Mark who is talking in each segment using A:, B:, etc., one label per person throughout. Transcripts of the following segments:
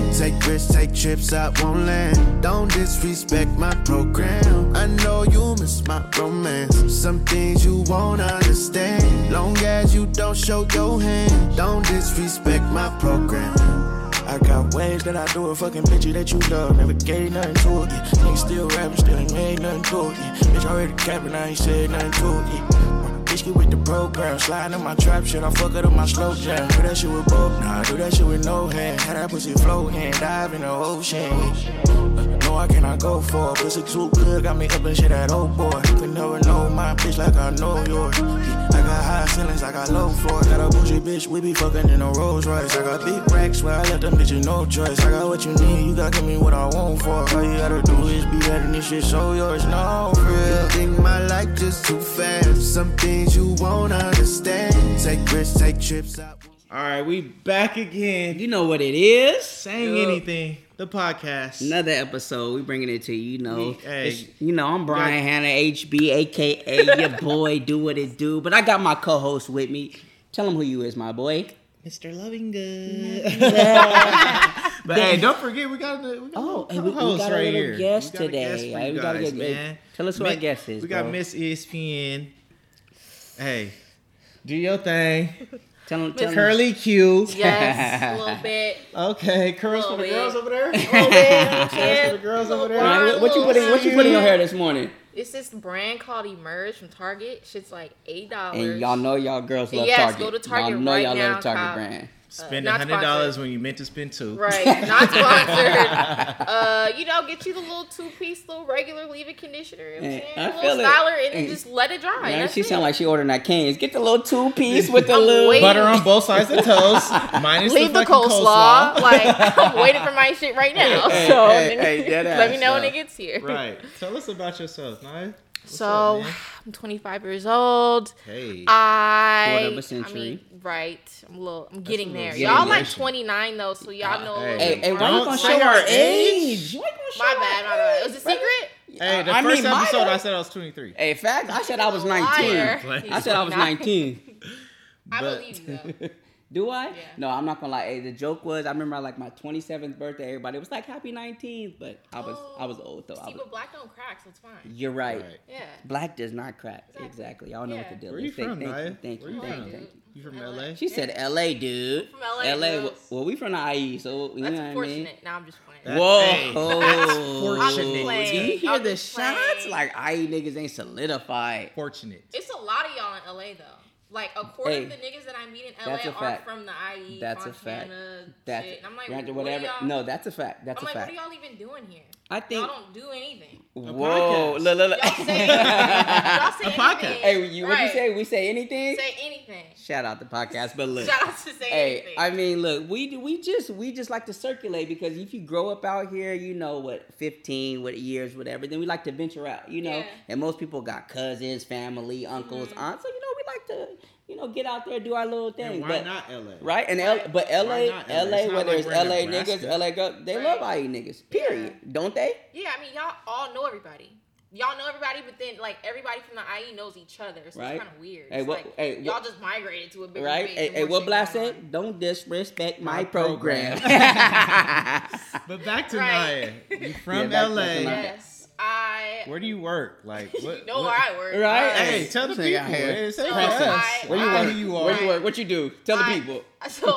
A: Let's take trips out, won't land. Don't disrespect my program. I know you miss my romance. Some things you won't understand. Long as you don't show your hand. Don't disrespect my program.
B: I got ways that I do it, fucking bitch you that you love. Never gave nothing to it, yeah. Nigga still rapping, still ain't made nothing to it, yeah. Bitch already capping, I ain't said nothing to it, yeah. Bitch get with the program, sliding in my trap shit, I fuck it up my slow jam. Do that shit with both, nah, do that shit with no hand. Had that pussy floating, dive in the ocean. yeah. No, I cannot go for it. Pussy too good, got me up and shit that old boy. You can never know my bitch like I know yours. Yeah. I got high ceilings, I got low floors. Got a bougie bitch, we be fucking in a Rolls Royce. I got big racks where I left them bitches no choice. I got what you need, you got give me what I want for. it. All you gotta do is be having this shit, so yours, no, for real.
A: You think my life just too fast. Some things you won't understand. Take risks, take trips out.
C: All right, we back again.
D: You know what it is.
C: Saying
D: Yup.
C: anything, the podcast.
D: Another episode. We bringing it to you. You know,
C: Hey.
D: It's- you know. I'm Brian Hannah, HB, aka your boy. Do what it do. But I got my co-host with me. Tell him who you is, my boy.
C: Mr. Loving Good. but hey, don't forget we got the we got
D: Oh,
C: a
D: and
C: little
D: we, we
C: co-host
D: got a
C: right
D: little
C: here.
D: guest
C: We got a
D: today.
C: guest for
D: Hey,
C: you
D: we gotta
C: guys,
D: get-
C: man.
D: Tell us who
C: Mi-
D: our guest is,
C: We got
D: bro.
C: Miss E ESPN. Hey, do your thing.
D: Mm. Tell him. Tell him.
C: Curly Q.
E: Yes, a little bit.
C: Okay, curls for
E: Little
C: the
E: bit.
C: girls over there.
E: A little bit.
C: for the girls over there.
D: What,
E: Little
D: what you
E: bar,
D: put in? What you put in your
E: little-
D: hair this morning?
E: It's this brand called Emerge from Target. Shit's like eight dollars.
D: And y'all know y'all girls love
E: Yes,
D: Target.
E: go to Target
D: y'all know
E: right
D: y'all
E: now,
D: love Target
E: Kyle.
D: brand.
C: Spend
E: not
C: hundred dollars
E: sponsored.
C: when you meant to spend two.
E: Right, not sponsored. uh, you know, get you the little two piece, little regular leave-in conditioner. You know
D: Hey,
E: what
D: I
E: I'm saying? Little
D: feel it.
E: styler, and then
D: Hey.
E: just let it dry.
D: Man,
E: That's
D: she
E: it.
D: sound like she ordering at Canes. Get the little two piece with the
E: I'm
D: little.
E: waiting.
C: Butter on both sides of the toast, minus
E: leave
C: the,
E: the
C: fucking
E: coleslaw. Like I'm waiting for my shit right now.
D: Hey,
E: so
D: hey, hey, dead
E: let me
D: ass,
E: know when
D: though.
E: it gets here.
C: Right. Tell us about yourself, Nye. What's
E: So
C: up, man?
E: I'm 25 years old.
C: hey,
E: I
D: Quarter of a
E: I
D: century.
E: mean, right. I'm a little. I'm getting
C: little
E: there.
C: generation. Ah,
E: Y'all like 29 though, so y'all know. a
C: Hey.
E: little
D: Hey,
E: bit
D: hey,
E: more.
D: why you
C: Don't
D: gonna
C: say
D: show our
C: our
D: age?
C: age.
D: Why you gonna show
E: My
D: our
E: bad. My bad. It was a
D: age?
E: secret.
C: hey. The
D: I
C: first
D: mean, my
C: episode, I
D: bad.
C: said I was twenty three.
D: Hey, fact, I said I was
E: Liar.
D: 19. I said I was
E: He's not.
D: 19.
E: I
C: But-
E: believe you. though.
D: Do I?
E: Yeah.
D: No, I'm not gonna lie. Hey, the joke was I remember like my 27th birthday. Everybody was like happy 19th, but I was I was old though. I
E: See,
D: was,
E: but black don't crack, so it's fine.
D: you're right.
C: Right.
E: Yeah.
D: Black does not crack.
E: Exactly.
D: Exactly. Y'all know what the
E: Yeah.
D: deal
C: Where
D: is.
C: you
D: Thank-
C: from,
D: thank,
C: Naya?
D: you, thank
C: Where
D: you,
C: you
D: thank you,
C: from?
D: thank you.
C: You from
E: LA.
C: LA?
D: She said LA, dude.
E: From LA,
D: LA.
E: yes.
D: Well, we from the IE, so you know
E: That's
D: what I mean.
E: unfortunate. Now I'm just playing.
C: That-
D: Whoa.
C: Hey, that's
E: I'm
C: fortunate.
E: playing.
D: Do you hear
E: I'm
D: the
E: just
D: shots?
E: playing.
D: Like, IE niggas ain't solidified.
C: Fortunate.
E: It's a lot of y'all in LA though. Like a quarter
D: Hey,
E: of the niggas that I meet in LA
D: that's a
E: are
D: fact.
E: from the IE,
D: That's a fact.
E: Fontana,
D: That's
E: shit. And I'm like,
D: granted,
E: what are
D: whatever.
E: y'all-
D: No, that's a fact. That's a
E: I'm like,
D: fact.
E: what are y'all even doing here?
D: I think.
E: y'all don't do anything.
D: Whoa,
C: podcast.
D: look, look, look.
E: Y'all say, y'all say
C: A podcast.
E: anything.
D: hey, you, what you
E: Right.
D: say? We say anything?
E: Say anything.
D: Shout out the podcast, but look.
E: Shout out to say
D: Hey,
E: anything.
D: I mean, look, we do- we just we just like to circulate because if you grow up out here, you know what, fifteen, what years, whatever, then we like to venture out, you know.
E: Yeah. Mm-hmm.
D: And most people got cousins, family, uncles, aunts, so you know we like to, you know, get out there, do our little thing.
C: And why
D: but,
C: not LA?
D: Right? And L-
E: Right.
D: but
C: Why
D: LA,
C: not LA?
D: LA,
C: It's not
D: whether
C: like
D: it's
C: we're in
D: LA niggas,
C: Nebraska.
D: LA go, they
E: Right.
D: love IE niggas. Period. Don't they?
E: Yeah, I mean, y'all all know everybody. Y'all know everybody, but then like everybody from the IE knows each other, so
D: Right.
E: it's kind of weird.
D: Hey,
E: It's
D: what-
E: like,
D: hey, what-
E: y'all just migrated to a bigger
D: Right?
E: space
D: Hey,
E: and
D: hey,
E: more
D: what
E: shit
D: Black
E: going on.
D: said? Don't disrespect my,
C: My
D: program.
C: program. But back to Naya.
E: Right.
C: You
D: Yeah,
C: from
D: back to
C: LA?
D: Naya.
E: Yes, I.
C: Where do you work? Like what?
E: you know where
C: what-
E: I work,
D: Right?
C: Hey, tell the
D: This
C: people.
D: nigga out here
C: Hey, say
E: pressing.
C: yes.
E: Where you
C: Why
E: work?
C: who you
D: Where
C: are.
D: you work? What you do? Tell the
E: I-
D: people.
E: So I,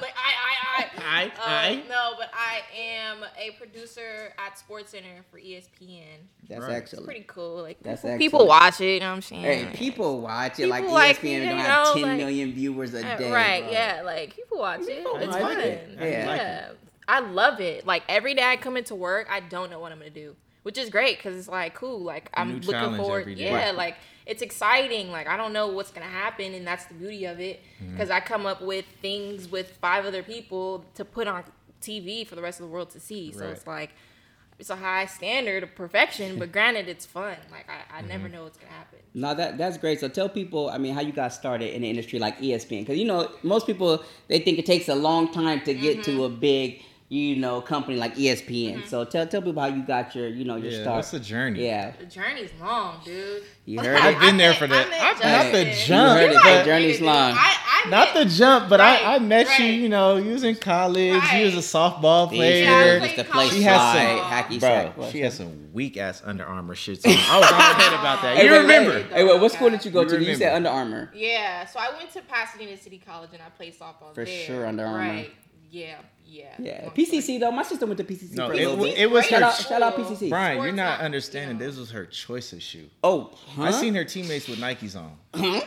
E: like I, I, I,
C: I, I.
E: No, but I am a producer at Sports Center for E ESPN.
D: That's
C: Right.
D: excellent.
E: Pretty cool. Like
D: That's
E: people,
D: excellent.
E: people watch it. You know what I'm saying?
D: Hey, people watch it like E ESPN
E: People like,
D: don't
E: you
D: have
E: know,
D: ten million
E: like-
D: viewers a
E: Uh,
D: day.
E: right,
D: bro.
E: yeah, like people watch it.
D: People
E: it's
D: like
E: fun.
D: it.
E: Yeah.
D: Yeah.
C: like
E: I love it. Like every day I come into work, I don't know what I'm gonna do, which is great because it's like cool. Like I'm
C: new
E: looking
C: challenge
E: forward.
C: every day.
E: yeah,
C: Right.
E: like it's exciting. Like I don't know what's gonna happen, and that's the beauty of it
C: Mm-hmm.
E: because I come up with things with five other people to put on TV for the rest of the world to see. So
C: Right.
E: it's like. It's a high standard of perfection, but granted, it's fun. Like I, I
C: Mm-hmm.
E: never know what's gonna happen.
D: No, that that's great. So tell people, I mean, how you got started in the E
F: Mm-hmm.
D: industry like ESPN, because you know most people they think it takes a long time to get to a big you know, company like E ESPN. So tell tell people how you got your, you know, your
F: Yeah,
D: start.
F: that's a journey.
D: Yeah.
E: The journey's long, dude.
D: You heard
F: I've
D: it.
F: been
E: I
F: there
E: met-
F: for
E: I
F: that.
E: met
F: I've not the
E: Justin.
F: jump,
D: You heard it,
F: but
D: the journey's
E: Dude,
D: long.
E: I, I
F: not the
E: met-
F: jump. But I, I
E: Right,
F: met you.
E: right.
F: You know, you was in college. You was a
E: Right.
F: softball player.
E: Yeah, I was
D: Used to play
E: playing college
F: She has
D: slide,
F: some-
D: hacky
F: Bro,
D: sack.
F: she has some weak ass Under Armour shits on. I was all head about that.
D: Hey,
F: You
D: wait, wait,
F: remember?
D: Hey, wait, what school did you go
F: You
D: to? You said
F: remember.
D: Under Armour.
E: Yeah, so I went to Pasadena City College and I played softball
D: For
E: there.
D: sure, Under Armour.
E: Right. Yeah, yeah.
D: Yeah.
E: Long
D: PCC though, my sister went to PCC
F: No,
D: for a
F: it,
D: little
F: wa-
D: bit.
F: it was
D: Shout
F: her.
D: out, shout out PCC.
F: Brian, you're
E: Sports
F: not
E: not-
F: understanding.
E: yeah.
F: This was her choice of shoe.
D: Oh, huh?
F: I seen her teammates with Nikes on.
E: story.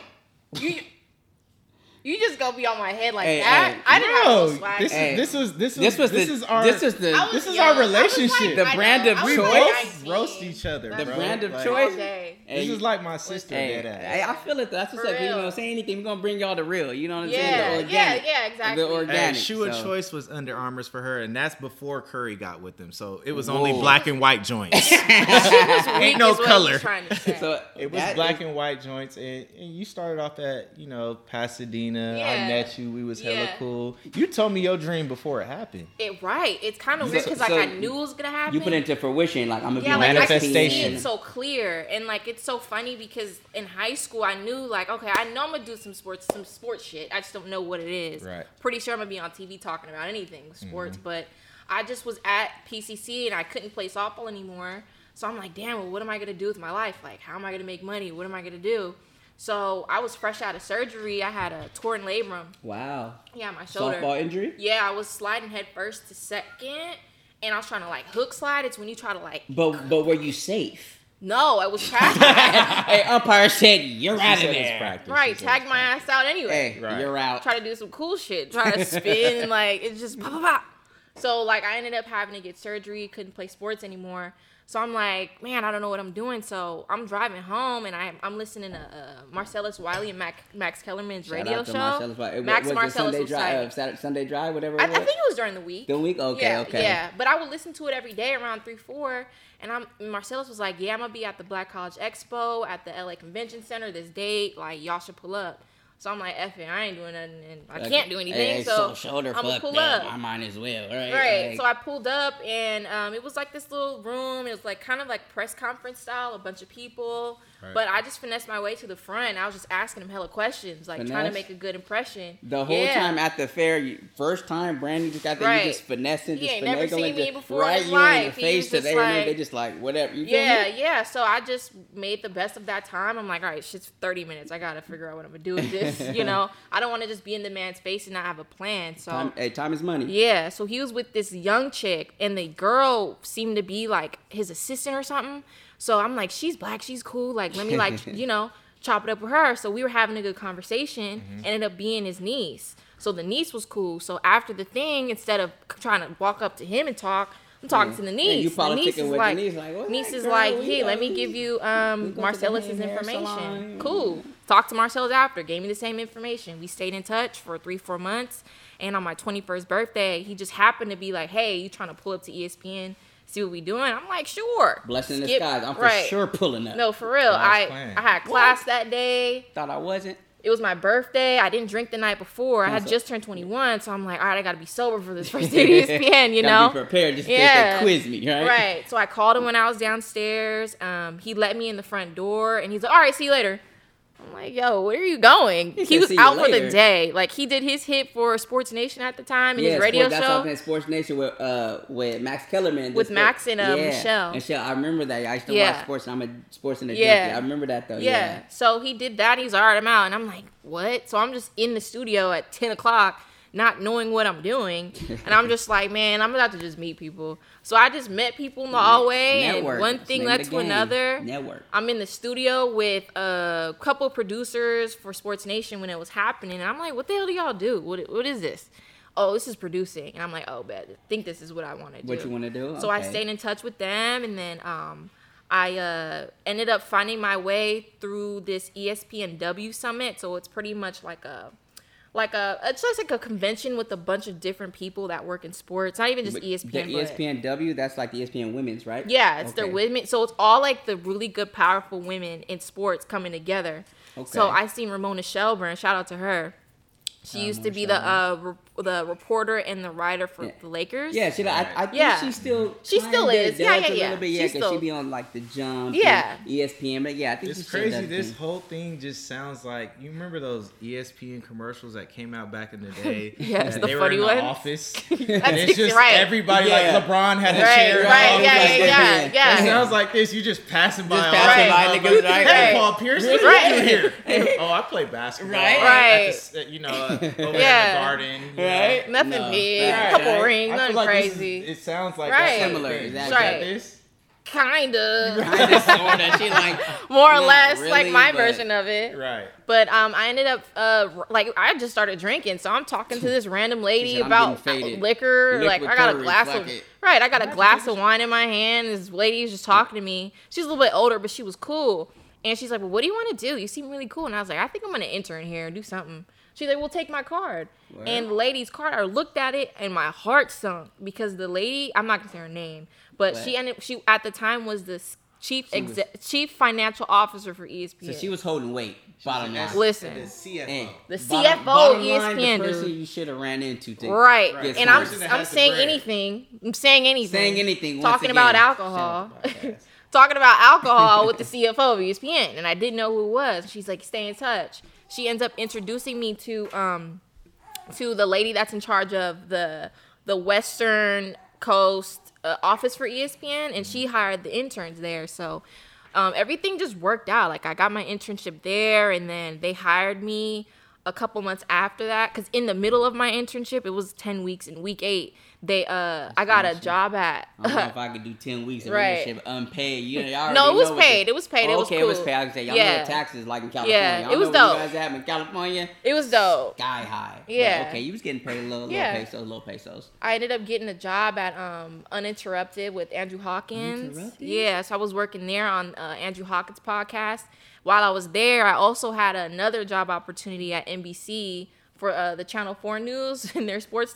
E: You, you just gonna be on my head like
D: Hey,
E: that?
D: hey.
E: I didn't
F: Bro,
E: have no swag.
F: this
D: Hey.
F: is this was this was
D: This was
F: this
D: the,
F: is our
D: this is the
E: I was
F: this is
E: young.
F: our
E: I was like-
F: relationship.
D: The
E: I know,
D: brand of
E: I
F: we
E: was
D: choice.
E: like
F: both
E: 19.
F: roast each other.
E: The
F: bro.
D: brand of
F: Like,
D: choice.
E: All day.
F: This is like my sister.
D: Hey,
F: Dead ass.
D: hey, I feel it. though. That's what's
E: For
D: up. 'cause You
E: real.
D: know, say anything, we're gonna bring y'all the real. You know what I'm
E: Yeah,
D: saying? The organic.
E: yeah, yeah, exactly.
D: The
F: Hey,
D: organic.
F: shoe of
D: so.
F: choice was Under Armour's for her, and that's before Curry got with them. So it was
D: Whoa.
F: only black and white joints. Ain't
E: Weak
F: no
E: is what
F: color.
E: he's trying to say.
D: So
F: It was
D: that is-
F: black and white joints, and, and you started off at you know Pasadena. I
E: Yeah.
F: met you. We was hella
E: Yeah.
F: cool. You told me your dream before it happened.
E: it right. It's kind of weird because like
D: so
E: I knew it was gonna happen.
D: you put into fruition. Like I'm gonna
E: yeah,
D: be
E: like I can see
F: Manifestation.
E: it so clear, and like it's so funny because in high school I knew like okay I know I'm gonna do some sports some sports shit I just don't know what it is.
F: Right. Mm-hmm.
E: Pretty sure I'm gonna be on TV talking about anything sports, but I just was at PCC and I couldn't play softball anymore, so I'm like damn, well what am I gonna do with my life? Like how am I gonna make money? What am I gonna do? So I was fresh out of surgery. I had a torn labrum.
D: wow.
E: Yeah, my shoulder.
D: Softball injury?
E: Yeah, I was sliding head first to second, and I was trying to like hook slide. It's when you try to like
D: But but were you safe?
E: no, I was tagged.
D: hey, umpire said you're out of
F: She said it's
D: there.
F: practice.
E: right,
F: She said it's
E: tag my ass out anyway.
D: Hey,
F: Right.
D: you're out.
E: Try to do some cool shit. Try to spin and like it's just pop, pop, pop. So like I ended up having to get surgery. Couldn't play sports anymore. So I'm like, man, I don't know what I'm doing. So I'm driving home and I, I'm listening to uh, Marcellus Wiley and Mac, Max Kellerman's
D: Shout
E: radio
D: out to
E: show.
D: Marcellus. Why- it-
E: Max
D: was it
E: Marcellus
D: Sunday
E: was
D: drive,
E: like-
D: uh, Saturday, Sunday drive, whatever. It
E: I, I
D: was.
E: think it was during the week.
D: The week? Okay,
E: yeah,
D: okay.
E: Yeah, but I would listen to it every day around three, four, and I'm and Marcellus was like, "Yeah, I'm gonna be at the Black College Expo at the LA Convention Center this date. Like, y'all should pull up." So I'm like, "F it, I ain't doing nothing, and I can't do anything,
D: Hey,
E: so,
D: shoulder
E: I'm gonna
D: fuck
E: pull
D: that.
E: up."
D: I might as well. Right.
E: Right.
D: like-
E: So I pulled up and um, it was like this little room. It was like kind of like press conference style, a bunch of people. But I just finessed my way to the front. I was just asking them hella questions, like trying to
D: Finesse?
E: make a good impression.
D: The whole
E: Yeah.
D: time at the fair, you, first time Brandon just got there,
E: Right.
D: you just finessing,
E: He
D: just
E: ain't never
D: finagling,
E: seen me
D: just
E: before in
D: right
E: his
D: you in the
E: life. He
D: face
E: was
D: to
E: just
D: there, and then
E: like-
D: they just like whatever. You feel
E: Yeah,
D: me?
E: yeah. So I just made the best of that time. I'm like, all right, shit's 30 minutes. I gotta figure out what I'm gonna do with this. you know, I don't want to just be in the man's face and not have a plan. So
D: Time, hey, time is money.
E: yeah, so he was with this young chick, and the girl seemed to be like his assistant or something. So I'm like, she's black, she's cool. Like, let me like, you know, chop it up with her. So we were having a good conversation.
D: Mm-hmm.
E: Ended up being his niece. So the niece was cool. So after the thing, instead of c- trying to walk up to him and talk, I'm talking to the
D: Yeah, you
E: niece. the
D: politicking
E: niece is
D: with the
E: like,
D: niece, like, "What's
E: niece
D: that,
E: is
D: girl?
E: like,
D: We
E: hey,
D: got
E: let me
D: these-
E: give you
D: we go
E: um
D: to the
E: Marcellus's
D: hair
E: information.
D: salon."
E: Cool. Talked to Marcellus after, gave me the same information. We stayed in touch for three, four months. And on my 21st birthday, he just happened to be like, hey, you trying to pull up to E ESPN, see what we doing? I'm like, sure.
D: Blessing in
E: Skip-
D: disguise. I'm for
E: right.
D: sure pulling up.
E: No, for real.
F: God's
E: I,
F: plan.
E: I had class that day.
D: thought I wasn't.
E: It was my birthday. I didn't drink the night before. I had
D: so-
E: just turned 21. So I'm like, all right, I got to be sober for this first day at E ESPN, you know?
D: Gotta be prepared just in case
E: Yeah.
D: they quiz me, right?
E: Right. So I called him when I was downstairs. Um, he let me in the front door, and he's like, "All right, see you later." I'm like, "Yo, where are you going?" He,
D: said,
E: was
D: "See you
E: out for
D: later."
E: the day. Like he did his hit for Sports Nation at the time in
D: Yeah,
E: his radio
D: sports, that's
E: show.
D: happening at Sports Nation with uh with Max Kellerman.
E: With
D: This-
E: Max and, uh,
D: yeah.
E: Michelle.
D: Michelle, I remember that. I used to watch
E: Yeah.
D: sports. And I'm a sports and a
E: Yeah.
D: junkie. I remember that though.
E: yeah.
D: Oh, Yeah.
E: So he did that. He's all right. I'm out, and I'm like, "What?" So I'm just in the studio at 10 o'clock. Not knowing what I'm doing, and I'm just like, man, I'm about to just meet people. So I just met people in the hallway,
D: Network.
E: and one
D: That's
E: thing
D: the name of
E: led
D: the
E: to
D: game.
E: another.
D: Network.
E: I'm in the studio with a couple producers for Sports Nation when it was happening. And I'm like, what the hell do y'all do? What, what is this? Oh, this is producing. And I'm like, oh, bet. I think this is what I want to do.
D: What you wanna do?
E: So I
D: Okay.
E: stayed in touch with them. And then um, I uh, ended up finding my way through this E ESPNW summit. So it's pretty much like a. Like a, it's just like a convention with a bunch of different people that work in sports. Not even just E
D: But
E: ESPN.
D: The E
E: but-
D: ESPNW, that's like the E ESPN Women's, right?
E: yeah, it's
D: Okay.
E: the women. So it's all like the really good, powerful women in sports coming together.
D: Okay.
E: So I seen Ramona Shelburne. Shout out to her. She used to be the uh, re- the reporter and the writer for the Lakers.
D: Yeah, she. Like, I, I think
E: Yeah.
D: she still.
E: She still
D: kinda
E: is. Yeah,
D: does
E: yeah,
D: a
E: yeah.
D: little bit,
E: She
D: yeah, 'cause
E: still-
D: she be on like the jump.
E: Yeah.
D: and E ESPN, but yeah, I think she
F: It's
D: still
F: crazy.
D: does
F: This
D: do.
F: whole thing just sounds like you remember those E ESPN commercials that came out back in the day.
E: Yes,
F: that
E: the
F: they
E: funny
F: were in
E: ones.
F: the office. and it's
E: six-
F: just
E: right.
F: everybody
D: Yeah.
F: like LeBron had a
E: Right,
F: chair.
E: right,
F: and all
E: yeah,
F: these, like,
E: yeah, yeah, yeah.
F: It sounds like this. You just passing by.
C: Just
F: all
C: passing
F: day,
C: by niggas,
F: motherfucker.
C: right?
F: Hey,
E: Right.
F: Paul Pierce, what
E: Right.
F: you do here? oh, I play basketball.
C: Right.
F: at- at
E: Right.
F: the s- you know, uh, over
E: Yeah.
F: in the garden. you know.
C: Right.
E: Nothing
D: No.
E: big,
D: Right,
E: couple
D: right.
E: rings,
F: I
E: nothing
F: feel like this is-
E: crazy.
F: it sounds like
E: Right.
F: that's
D: Similar,
F: Exactly.
D: exactly.
E: Right.
F: This?
E: Kinda,
D: I just saw that she like.
E: more or
D: Not
E: less, like
D: really,
E: my
D: but-
E: version of it.
F: Right.
E: But um, I ended up uh, r- like I just started drinking, so I'm talking to this random lady
D: said, "I'm
E: about uh,
D: getting faded.
E: liquor.
D: Liquid
E: like I got a
D: courage,
E: glass
D: fuck
E: of
D: it."
E: right, I got a glass of wine in my hand. and This lady is just talking to me. She's a little bit older, but she was cool. And she's like, "Well, what do you want to do? You seem really cool." And I was like, "I think I'm gonna enter in here and do something." She's like, "Well, take my card." And the lady's card, I looked at it and my heart sunk because the lady, I'm not gonna say her name, but she ended. She at the time was the s- chief exe- chief financial officer for E
D: So
E: ESPN.
D: she was holding weight. Bottom line.
E: Listen.
F: The CFO.
D: And
E: The
D: bottom-
E: CFO
D: bottom line,
E: ESPN,
D: the person
E: dude.
D: you should have ran into. To
E: Right.
D: Right.
E: And I'm
D: Person
F: that
E: I'm
F: has the
E: saying
F: brand.
E: anything. I'm saying anything.
D: Saying anything, once
E: Talking about
D: again.
E: alcohol. talking about alcohol with the CFO of E ESPN. And I didn't know who it was. She's like, stay in touch. She ends up introducing me to um to the lady that's in charge of the the Western Coast uh, office for ESPN, and she hired the interns there. So um, everything just worked out. Like I got my internship there, and then they hired me a couple months after that. Cause in the middle of my internship, it was ten weeks. In week eight, they uh I got a job at.
D: I don't know if I could do ten weeks of
E: Right.
D: right. unpaid. You, y'all
E: No,
D: already
E: it was
D: know what the- Oh,
E: paid. It was paid. It was
D: okay, it was
E: cool.
D: paid. I was saying, y'all know
E: Yeah.
D: what taxes like in California.
E: Yeah,
D: Y'all
E: it was
D: know what
E: dope.
D: You guys have in California,
E: it was dope.
D: sky high. But,
E: Yeah.
D: okay, you was getting paid a little, little
E: Yeah.
D: pesos, little pesos.
E: I ended up getting a job at um, Uninterrupted with Andrew Hawkins.
D: Uninterrupted?
E: Yeah, so I was working there on uh, Andrew Hawkins' podcast. While I was there, I also had another job opportunity at NBC for uh, the Channel Four News in their sports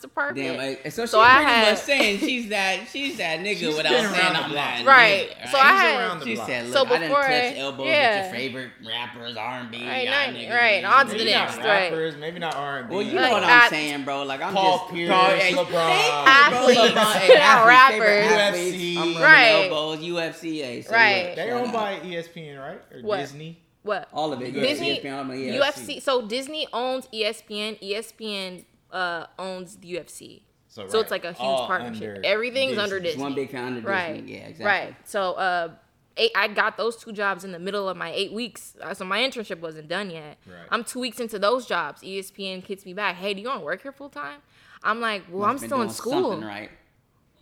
D: Damn,
E: department.
D: like, so she's
E: So I
D: pretty
E: had-
D: much saying she's that she's that nigga
F: She's
D: without
F: been
D: saying
F: around the
D: I'm
F: block.
D: that nigga,
E: Right. So I
F: She's
E: had-
F: around the
D: She
F: block.
D: said, "Look,
E: So
D: I didn't
E: before
D: touch
E: I-
D: elbows
E: yeah.
D: with your favorite rappers, R&B,
E: Right,
D: y'all
E: not-
D: niggas,
E: right,
D: you
E: on to
D: know,
E: the
F: Maybe
D: you
F: not
E: next,
D: know.
E: right.
F: rappers, maybe not R&B.
D: Well, you
E: Like,
D: know what
E: I-
D: I'm saying, bro. Like I'm
F: Paul
D: just
F: Pierce,
D: Paul- hey,
F: LeBron.
D: thank you, bro.
E: Athletes,
D: LeBron,
E: not
D: hey, athletes, favorite
E: rappers.
D: athletes.
F: UFC.
D: I'm rubbing
E: Right.
D: elbows, UFCA. So
E: Right.
D: look,
F: They
D: shout
F: owned
D: out.
F: by
E: E
F: ESPN, right? Or
E: What?
F: Disney?
E: what?
D: all E of it.
E: Disney,
D: ESPN, I'm a
E: UFC. So Disney owns E ESPN. ESPN uh, owns the UFC. So,
F: right,
E: it's like a huge
F: all
E: partnership.
F: under
E: Everything's under
F: Disney.
D: It's
E: Disney.
D: one big fan of Disney.
E: Right.
D: Yeah, exactly.
E: Right. So uh, eight, I got those two jobs in the middle of my eight weeks. Uh, So my internship wasn't done yet.
F: Right.
E: I'm two weeks into those jobs. E ESPN hits me back. Hey, do you want to work here full time? I'm like, well,
D: Must've
E: I'm
D: been
E: still in
D: doing
E: school.
D: something Right.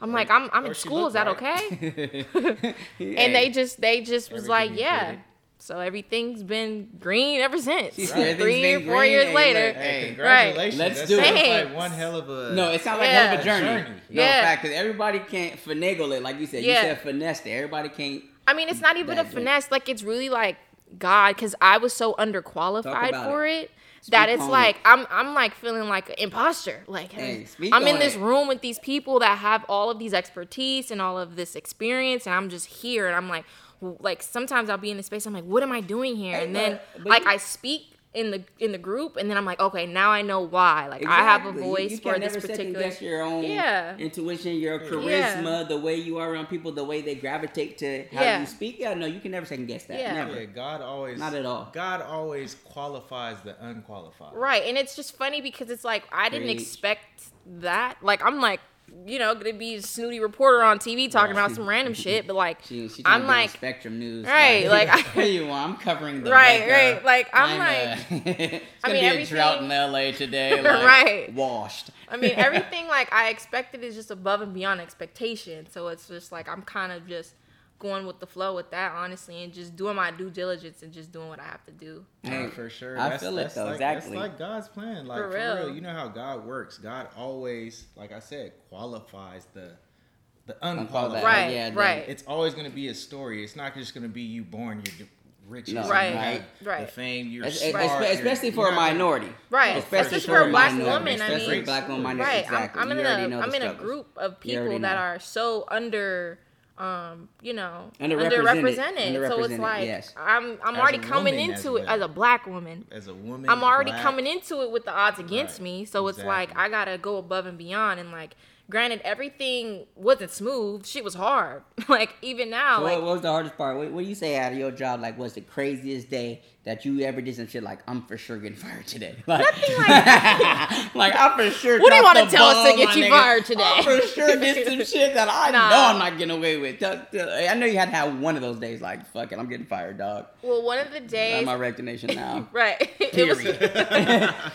E: I'm like, I'm, I'm
F: Or
E: in
F: she
E: school. Is that
F: looked
E: okay?
D: Yeah.
E: and they just, they just was like,
F: Everything you
E: yeah.
F: did.
E: So everything's been green ever since.
D: She said
E: Three,
D: everything's been
E: four
D: green,
E: years
D: hey,
E: later.
D: look,
F: Hey,
D: Right.
F: congratulations.
D: Let's
F: That
D: do
F: sounds
E: it.
F: like one hell of a...
D: No, it's not like
E: Yeah.
D: hell of a journey.
F: Journey.
D: No,
E: Yeah.
D: fact, because everybody can't finagle it. Like you said,
E: Yeah.
D: you said finesse it. Everybody can't.
E: I mean, it's not even a
D: That-
E: finesse. Like it's really like God, because I was so underqualified
D: about
E: for it. that
D: Speak
E: it's
D: on
E: like
D: it.
E: I'm I'm like feeling like an imposter. Like
D: Hey, speak
E: I'm in
D: on
E: this
D: it.
E: room with these people that have all of these expertise and all of this experience, and I'm just here, and I'm like, w- like sometimes I'll be in the space. I'm like, what am I doing here?
D: Hey,
E: And then
D: but- but
E: like
D: you-
E: I speak in the in the group, and then I'm like, okay, now I know why. Like I have a
D: Exactly. You-
E: voice
D: you
E: for
D: can
E: this
D: never second
E: particular.
D: guess your own
E: Yeah.
D: intuition, your
E: Yeah.
D: charisma, the way you are around people, the way they gravitate to how
E: Yeah.
D: you speak. Yeah, no, you can never second guess that.
E: Yeah.
D: Never.
F: Yeah, God always...
D: Not at all.
F: God always qualifies the unqualified.
E: Right. And it's just funny because it's like I didn't
D: Preach.
E: expect that. Like I'm like, you know, gonna be a snooty reporter on TV talking about some random shit, but like
D: She, she
E: I'm
D: I'm
E: like
D: Spectrum News.
E: Right, like, I-
D: here you are. I'm covering the
E: Right,
D: weather.
E: right, like, I'm
D: like. it's
E: I
D: gonna
E: mean,
D: be a drought
E: everything-
D: in LA today. Like,
E: Right.
D: Washed.
E: I mean everything like I expected is just above and beyond expectation. So it's just like I'm kind of just going with the flow with that honestly and just doing my due diligence and just doing what I have to do.
F: Yeah, for sure.
D: I feel it, though,
F: Like,
D: exactly.
F: That's like God's plan. Like
E: For
F: for
E: real.
F: real. you know how God works. God always, like I said, qualifies the the
D: I'm called
F: unqualified.
D: that.
E: Right,
D: Yeah, the-
E: right.
F: It's always going to be a story. It's not just going to be you born. You're d- rich.
D: No.
F: and
E: Right,
F: you have
E: right.
F: The fame. You're
D: Es-
F: smart,
D: es-
F: you're-
D: especially
F: you're
D: for a
F: not gonna-
D: minority.
E: Right.
F: for
E: Especially,
F: sure.
E: for a black
F: Minority,
E: woman. I
D: especially
E: mean
D: black woman minority.
E: Right.
D: Exactly.
E: I'm, I'm
D: You
E: in
D: already
E: a
D: know
E: I'm
D: the
E: in a
D: struggles.
E: group of
D: You already
E: people that
D: know.
E: are so under um, you know,
D: Underrepresented.
E: So it's
D: Underrepresented,
E: like
D: yes.
E: I'm I'm
F: As
E: already
F: a
E: coming
F: woman,
E: into
F: as
E: it
F: well.
E: as a black woman.
F: As a woman,
E: I'm already
F: black,
E: coming into it with the odds against
F: Right.
E: me. So it's like
F: Exactly.
E: I gotta go above and beyond and like granted everything wasn't smooth. Shit was hard. like even now,
D: So
E: like
D: what, what was the hardest part? What, what do you say out of your job? Like, what's the craziest day that you ever did some shit? Like, I'm for sure getting fired today. Like, Nothing like, like I'm for sure.
E: What do you
D: dropped
E: wanna
D: a
E: tell us
D: bomb,
E: to get
D: my
E: you
D: nigga.
E: fired today?
D: I'm for sure did some shit that I
E: Nah.
D: know I'm not getting away with. Tell- tell- I know you had to have one of those days. Like, fuck it, I'm getting fired, dog.
E: well one of the
D: I'm
E: days
D: my recognition now.
E: Right. it was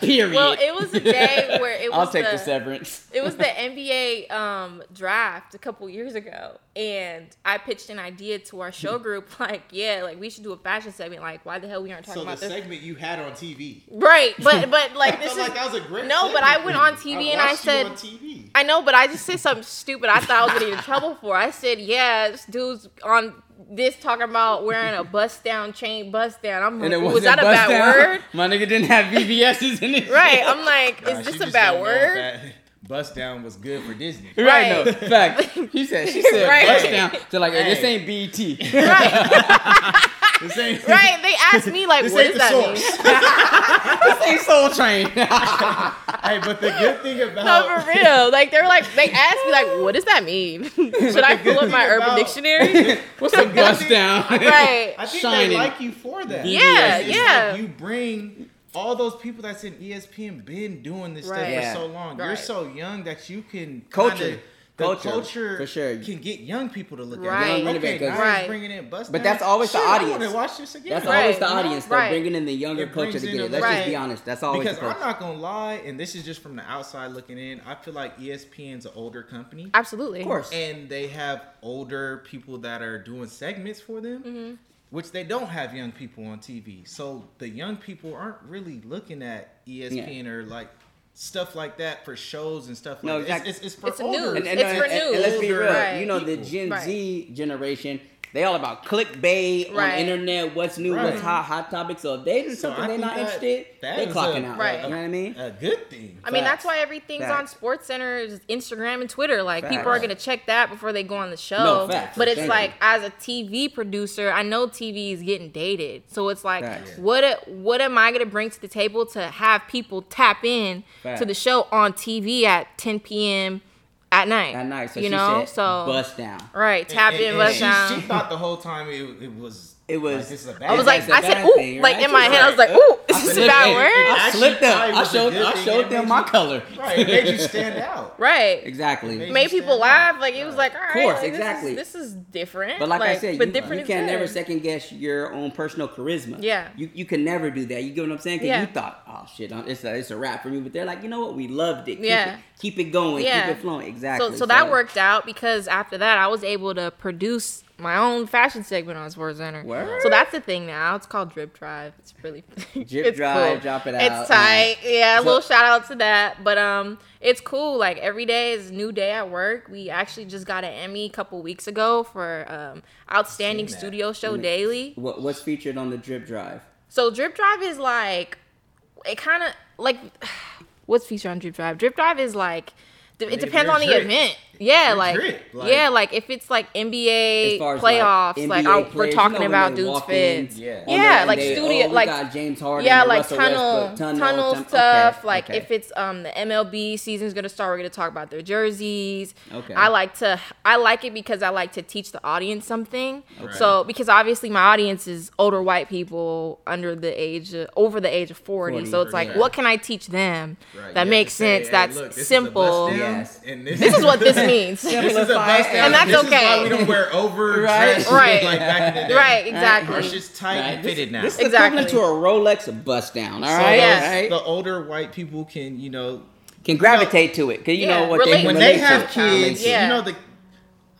D: Period.
E: well, it was a day where it was
D: I'll take
E: the,
D: the severance.
E: it was the NBA um, draft a couple years ago, and I pitched an idea to our
F: Hmm.
E: show group, like, yeah, like we should do a fashion segment. Like, why the hell we aren't talking
F: So the
E: about this?
F: segment you had on TV.
E: right, but but like
F: I
E: this
F: felt
E: is
F: like that was a great.
E: no, but
F: segment.
E: I went on TV and I
F: watched you
E: said.
F: on TV.
E: I know, but I just said something stupid. I thought I was gonna get in trouble for. I said, "Yeah, this dude's on this talking about wearing a bust down chain, bust down." I'm like,
D: it
E: "Ooh,
D: wasn't
E: "Was that a
D: bust
E: bad
D: down.
E: word?"
D: My nigga didn't have VVS's in it.
E: Right? I'm like,
F: Nah,
E: "Is
F: she
E: this a
F: just
E: bad
F: didn't know
E: word?"
F: if that Bust down was good for Disney.
D: Right. No,
E: Right.
D: fact. She said. She said.
E: Right.
D: Bust down. So like, hey, this
F: Hey.
D: ain't E BT.
E: Right,
F: This ain't,
E: right. They asked me like,
F: This
E: "What
F: ain't
E: does
F: the
E: that mean?"
F: source.
D: this ain't Soul Train.
F: hey, but the good thing about
E: No,
D: Oh.
E: for real. Like they're like they asked me like, what does that mean? Should I pull up my
F: thing
E: Urban
F: about-
E: Dictionary?
D: What's a bust down?
E: right.
F: I think
D: Shining.
F: they like you for that.
E: Yeah,
F: It's like
E: yeah.
F: you bring all those people that's in E ESPN been doing this
E: Right.
F: stuff
D: Yeah.
F: for so long. You're
E: Right.
F: so young that you can
D: Culture.
F: kinda- the
D: Culture,
F: culture,
D: for sure.
F: can get young people to look
E: Right.
F: at.
E: Young
F: Like, okay,
D: innovators.
F: now
E: Right.
F: he's bringing in bust.
D: But
F: down.
D: that's always the
F: Shit, I wanna
D: audience.
F: watch this again.
D: That's
E: Right.
D: always the audience. They're
E: Right.
D: bringing in the younger
F: It
D: culture
F: brings
D: to
F: in
D: get
F: the-
D: it. Let's just be
E: Right.
D: honest. That's always
F: Because
D: the
F: I'm
D: culture.
F: not gonna lie, and this is just from the outside looking in. I feel like E ESPN's an older company.
E: Absolutely.
D: Of course.
F: and they have older people that are doing segments for them
E: Mm-hmm.
F: which they don't have young people on tv so the young people aren't really looking at E espn or like stuff like that for shows and stuff like
D: No,
F: that
D: exactly.
F: it's, it's, it's for
E: It's a
F: older
E: news.
D: and, and,
E: It's
D: and-
E: for
D: and- and
E: news.
D: let's be real.
E: Right.
D: You know, the Gen
E: Right.
D: Z generation, they all about clickbait
E: Right.
D: on internet, what's new,
F: Right.
D: what's hot, hot topics. So if they do
F: So
D: something
F: I
D: they're
F: think
D: not
F: that-
D: interested,
F: that
D: they
F: is
D: clocking
F: a-
D: out.
E: Right.
D: You know what I mean?
F: a uh, good thing
E: I mean, that's
D: Facts.
E: why everything's
D: Facts.
E: on Sports Center's Instagram and Twitter. Like people
D: Facts.
E: are gonna check that before they go on the
D: No,
E: show.
D: facts.
E: But it's
D: Thank
E: like
D: you.
E: as a TV producer, I know TV is getting dated. So it's like
D: Facts.
E: what a, what am I gonna bring to the table to have people tap in
D: Facts.
E: to the show on TV at 10 p.m. at night?
D: At night. So
E: you
D: she
E: know,
D: said,
E: so
D: bust down.
E: right, tap
F: And-
E: in,
F: and
E: bust
F: she,
E: down.
F: she thought the whole time it, it was
D: It was-
F: like, this is a bad
E: I was like,
D: That's
E: I
D: a
E: said,
D: bad
E: ooh,
D: thing,
E: like
D: right?
E: in my
D: You're
E: head, I was like, ooh, is this a
D: said,
E: bad
D: hey,
E: word?
F: I
D: I slipped
F: actually
D: up.
F: thought it
D: I
F: was a
D: showed,
F: good
D: I
F: thing.
D: showed
F: It
D: them
F: made
D: my
F: you-
D: color.
F: right it made you stand out
E: Right.
D: Exactly.
F: Maybe-
E: Made people laugh. Like it was like, all right,
D: course,
E: like, this is-
D: exactly.
E: This is, different.
D: But like, I said,
E: but
D: you,
E: different
D: you
E: is
D: can
E: good.
D: never second guess your own personal charisma.
E: Yeah.
D: You, you can never do that. You get what I'm saying? Because
E: Yeah.
D: you thought, oh shit, uh, it's a, it's a wrap for me. But they're like, you know what? We loved it. Keep
E: Yeah.
D: It, keep it going.
E: Yeah.
D: Keep it flowing. Exactly.
E: So, so that worked out because after that, I was able to produce my own fashion segment on Sports Center.
D: Word.
E: So that's the thing now. It's called Drip Drive. It's really
D: Drip
E: it's
D: Drive, drop it out,
E: It's tight. Yeah, a
D: so-
E: little shout out to that. But um, it's cool. Like every day is a new day at work. We actually just got an Emmy a couple weeks ago for um outstanding
F: Seen that.
E: studio show daily.
D: What, what's featured on the drip drive?
E: So drip drive is like it kind of like what's featured on drip drive? Drip drive is like d- it
F: If
E: depends
F: you're
E: on the
F: drip,
E: event. Yeah,
F: you're
E: like,
F: drip, like-
E: yeah, like if it's like NBA
D: As far as,
E: playoffs, like,
D: NBA
E: I- we're
D: players, you
E: talking
D: know when
E: about
D: they
E: dudes
D: walk in
E: fits.
F: Yeah.
D: on
E: Yeah,
D: there and
E: like
D: they,
E: studio-
D: oh, we
E: like-
D: got James Harden,
E: Yeah,
D: and
E: like
D: Russell
E: tunnel,
D: Westbrook,
E: tunnel
D: tum- okay,
E: stuff. like
D: okay.
E: if it's um the MLB season's gonna start, we're gonna talk about their jerseys.
D: Okay.
E: I like to I like it because I like to teach the audience something. So because obviously my audience is older white people under the age of, over the age of forty.
D: 40,
E: so it's like
F: right.
E: what can I teach them
F: Right,
E: that
F: you
E: makes
F: have to
E: sense?
F: say, hey,
E: that's
F: look, this is a
E: simple.
F: bust down,
D: Yes.
F: and this,
E: This is what this means.
F: This is a bust down.
E: And that's
F: this
E: okay.
F: Is why we don't wear over
D: Right.
F: dresses
E: Right.
F: like back in the day.
E: right,
F: Our
E: exactly.
F: shit's tight and
D: This,
F: fitted now.
D: this is
F: So
D: equivalent to
E: Exactly.
D: a Rolex bust down. All
F: those-
D: right,
E: yes.
D: all right?
F: the older white people can, you know,
D: can gravitate to it because you
E: Yeah,
D: know what
E: relate-
D: they
F: when
D: relate
F: they have
D: to.
F: kids,
E: Yeah.
F: you know the.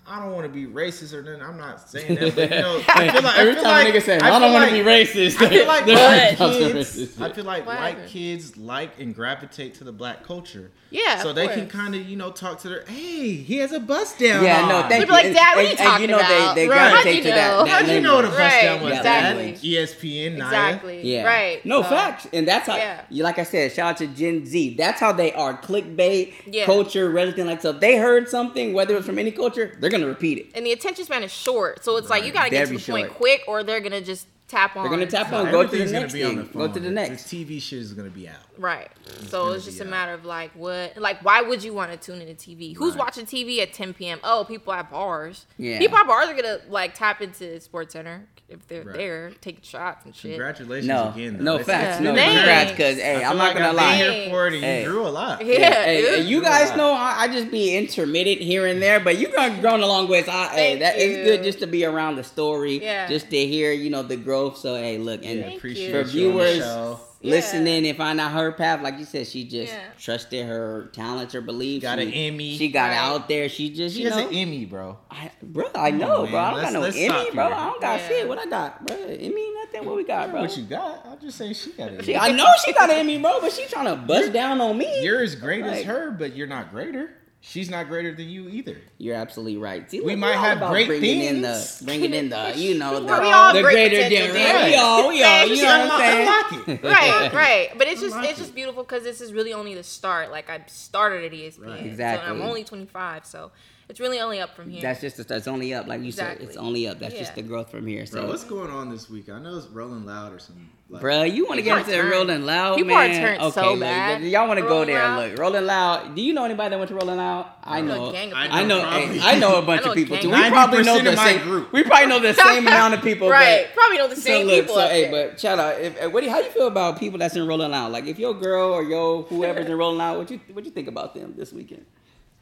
F: I don't want to be racist or nothing. I'm not saying that, but you know, I feel like
D: Every
F: I feel
D: time
F: like,
D: niggas say,
F: I,
D: "I don't
F: feel
D: want
F: like,
D: to be racist,"
F: I feel like
D: they're
F: black
D: like, "I'm
F: kids.
D: racist."
F: I feel like
E: Whatever.
F: white kids like and gravitate to the black culture.
E: Yeah, of
F: so they can
E: course.
F: kind of you know talk to their. Hey, he has a bust down.
D: Yeah,
F: on.
D: no, thank
E: They'd be
D: you.
E: like,
D: And-
E: "Dad, what are
D: and-
E: you
D: and
E: talking
D: know
E: about?"
D: they, they
E: Right.
D: gravitate
E: How'd
D: to
E: you
D: that.
E: know?
D: that
F: How'd you
D: language.
F: know what a bust
E: Right,
F: down was? E
E: exactly.
F: Dad? ESPN, Naya.
E: Exactly.
D: Yeah.
E: Right. Uh,
D: No
E: so-
D: facts, and that's how.
E: Yeah.
D: You like I said, shout out to Gen Z. That's how they are clickbait
E: Yeah.
D: culture, everything like so. If they heard something, whether it was from any culture, they're gonna gonna repeat it.
E: and the attention span is short, so it's like you gotta get
D: Very
E: to the point
D: short.
E: quick, or they're gonna just tap on.
D: They're gonna tap on. Go to the
F: Everything's gonna
D: next
F: be on the
D: thing.
F: phone.
D: Go to the next.
F: This TV shit is gonna be out.
E: Right. So
D: Mm-hmm.
F: gonna
E: it's just
F: be
E: a
F: out.
E: matter of like what, like why would you want to tune into TV? Who's
F: Right.
E: watching TV at 10 p.m.? Oh, people at bars.
D: Yeah.
E: People at bars are gonna like tap into Sports Center if they're
F: Right.
E: there, take shots and shit.
F: Congratulations
D: No,
F: again. though.
D: no
F: That's-
D: facts, no
E: Thanks.
D: congrats, because hey,
F: I
D: I'm not
F: feel like
D: gonna
F: I've
D: lie.
F: been here for it, and
D: Hey.
F: you drew a lot.
E: Yeah.
D: Hey,
E: dude.
D: and you guys know I, I just be intermittent here and there, but you've gone grown a long ways. I, hey,
E: Thank
D: that
E: you.
D: it's good just to be around the story,
E: Yeah.
D: just to hear you know the growth. So hey, look and
E: Thank
F: appreciate
E: you.
D: for
F: you
D: viewers
F: on the show.
D: listening and find out her path, like you said, she just
E: Yeah.
D: trusted her talents, her beliefs.
F: Got
D: she,
F: an Emmy.
D: She got
E: Right.
D: out there. She just
F: She
D: you
F: has
D: know,
F: an Emmy, bro.
D: I, bro, I know,
F: man.
D: bro. I don't
F: Let's-
D: got no
F: let's stop
D: Emmy, bro.
F: here.
D: I don't got
E: Yeah.
D: shit. What I got, bro? Emmy, nothing. What we got, bro?
F: What you got? I'm just saying she got an
D: She-
F: Emmy.
D: I know she got an Emmy, bro, but she trying to bust down on me.
F: You're as great as
D: Like-
F: her, but you're not greater. She's not greater than you either.
D: You're absolutely right. See,
F: We
D: look,
F: might
D: all
F: have
D: about
F: great
D: bringing in
F: things.
D: the bringing in the you know the,
E: We all
D: the
E: great
D: greater
E: potential,
D: than
E: yeah.
D: we all we all you know
F: Unlock-
D: what I'm
F: unlock it.
E: right, right. But it's just
F: like
E: it's just beautiful because this is really only the start. Like I started at E ESPN,
F: Right.
E: so
D: Exactly.
E: I'm only 25, so it's really only up from
D: saying.
E: here.
D: That's just the, it's only up like you
E: Exactly.
D: said it's only up. That's
E: Yeah.
D: just the growth from here.
F: Bro,
D: So,
F: what's going on this week? I know it's Rolling Loud or something. Like,
D: bro, you want to
E: People
D: get
E: are
D: into
E: turned.
D: Rolling Loud,
E: People are
D: man?
E: turned
D: okay,
E: so
D: look,
E: bad.
D: y'all want to go
E: Rolling
D: there?
E: Loud.
D: Look, Rolling Loud. Do you know anybody that went to Rolling Loud? I
E: Like
D: know.
E: gang of
F: I
E: people.
D: I know,
F: Probably.
D: I know a bunch
E: I know
D: of people too. We
E: 90%
D: probably know
F: of
D: the
F: my
D: same
F: group.
D: We probably know the same amount of people, but-
E: right. Probably know the same
D: so look,
E: people.
D: So
E: up
D: hey,
E: there.
D: but shout out. If, if- what do you, how you feel about people that's in Rolling Loud? Like if your girl or your whoever's in Rolling Loud, what you what you think about them this weekend?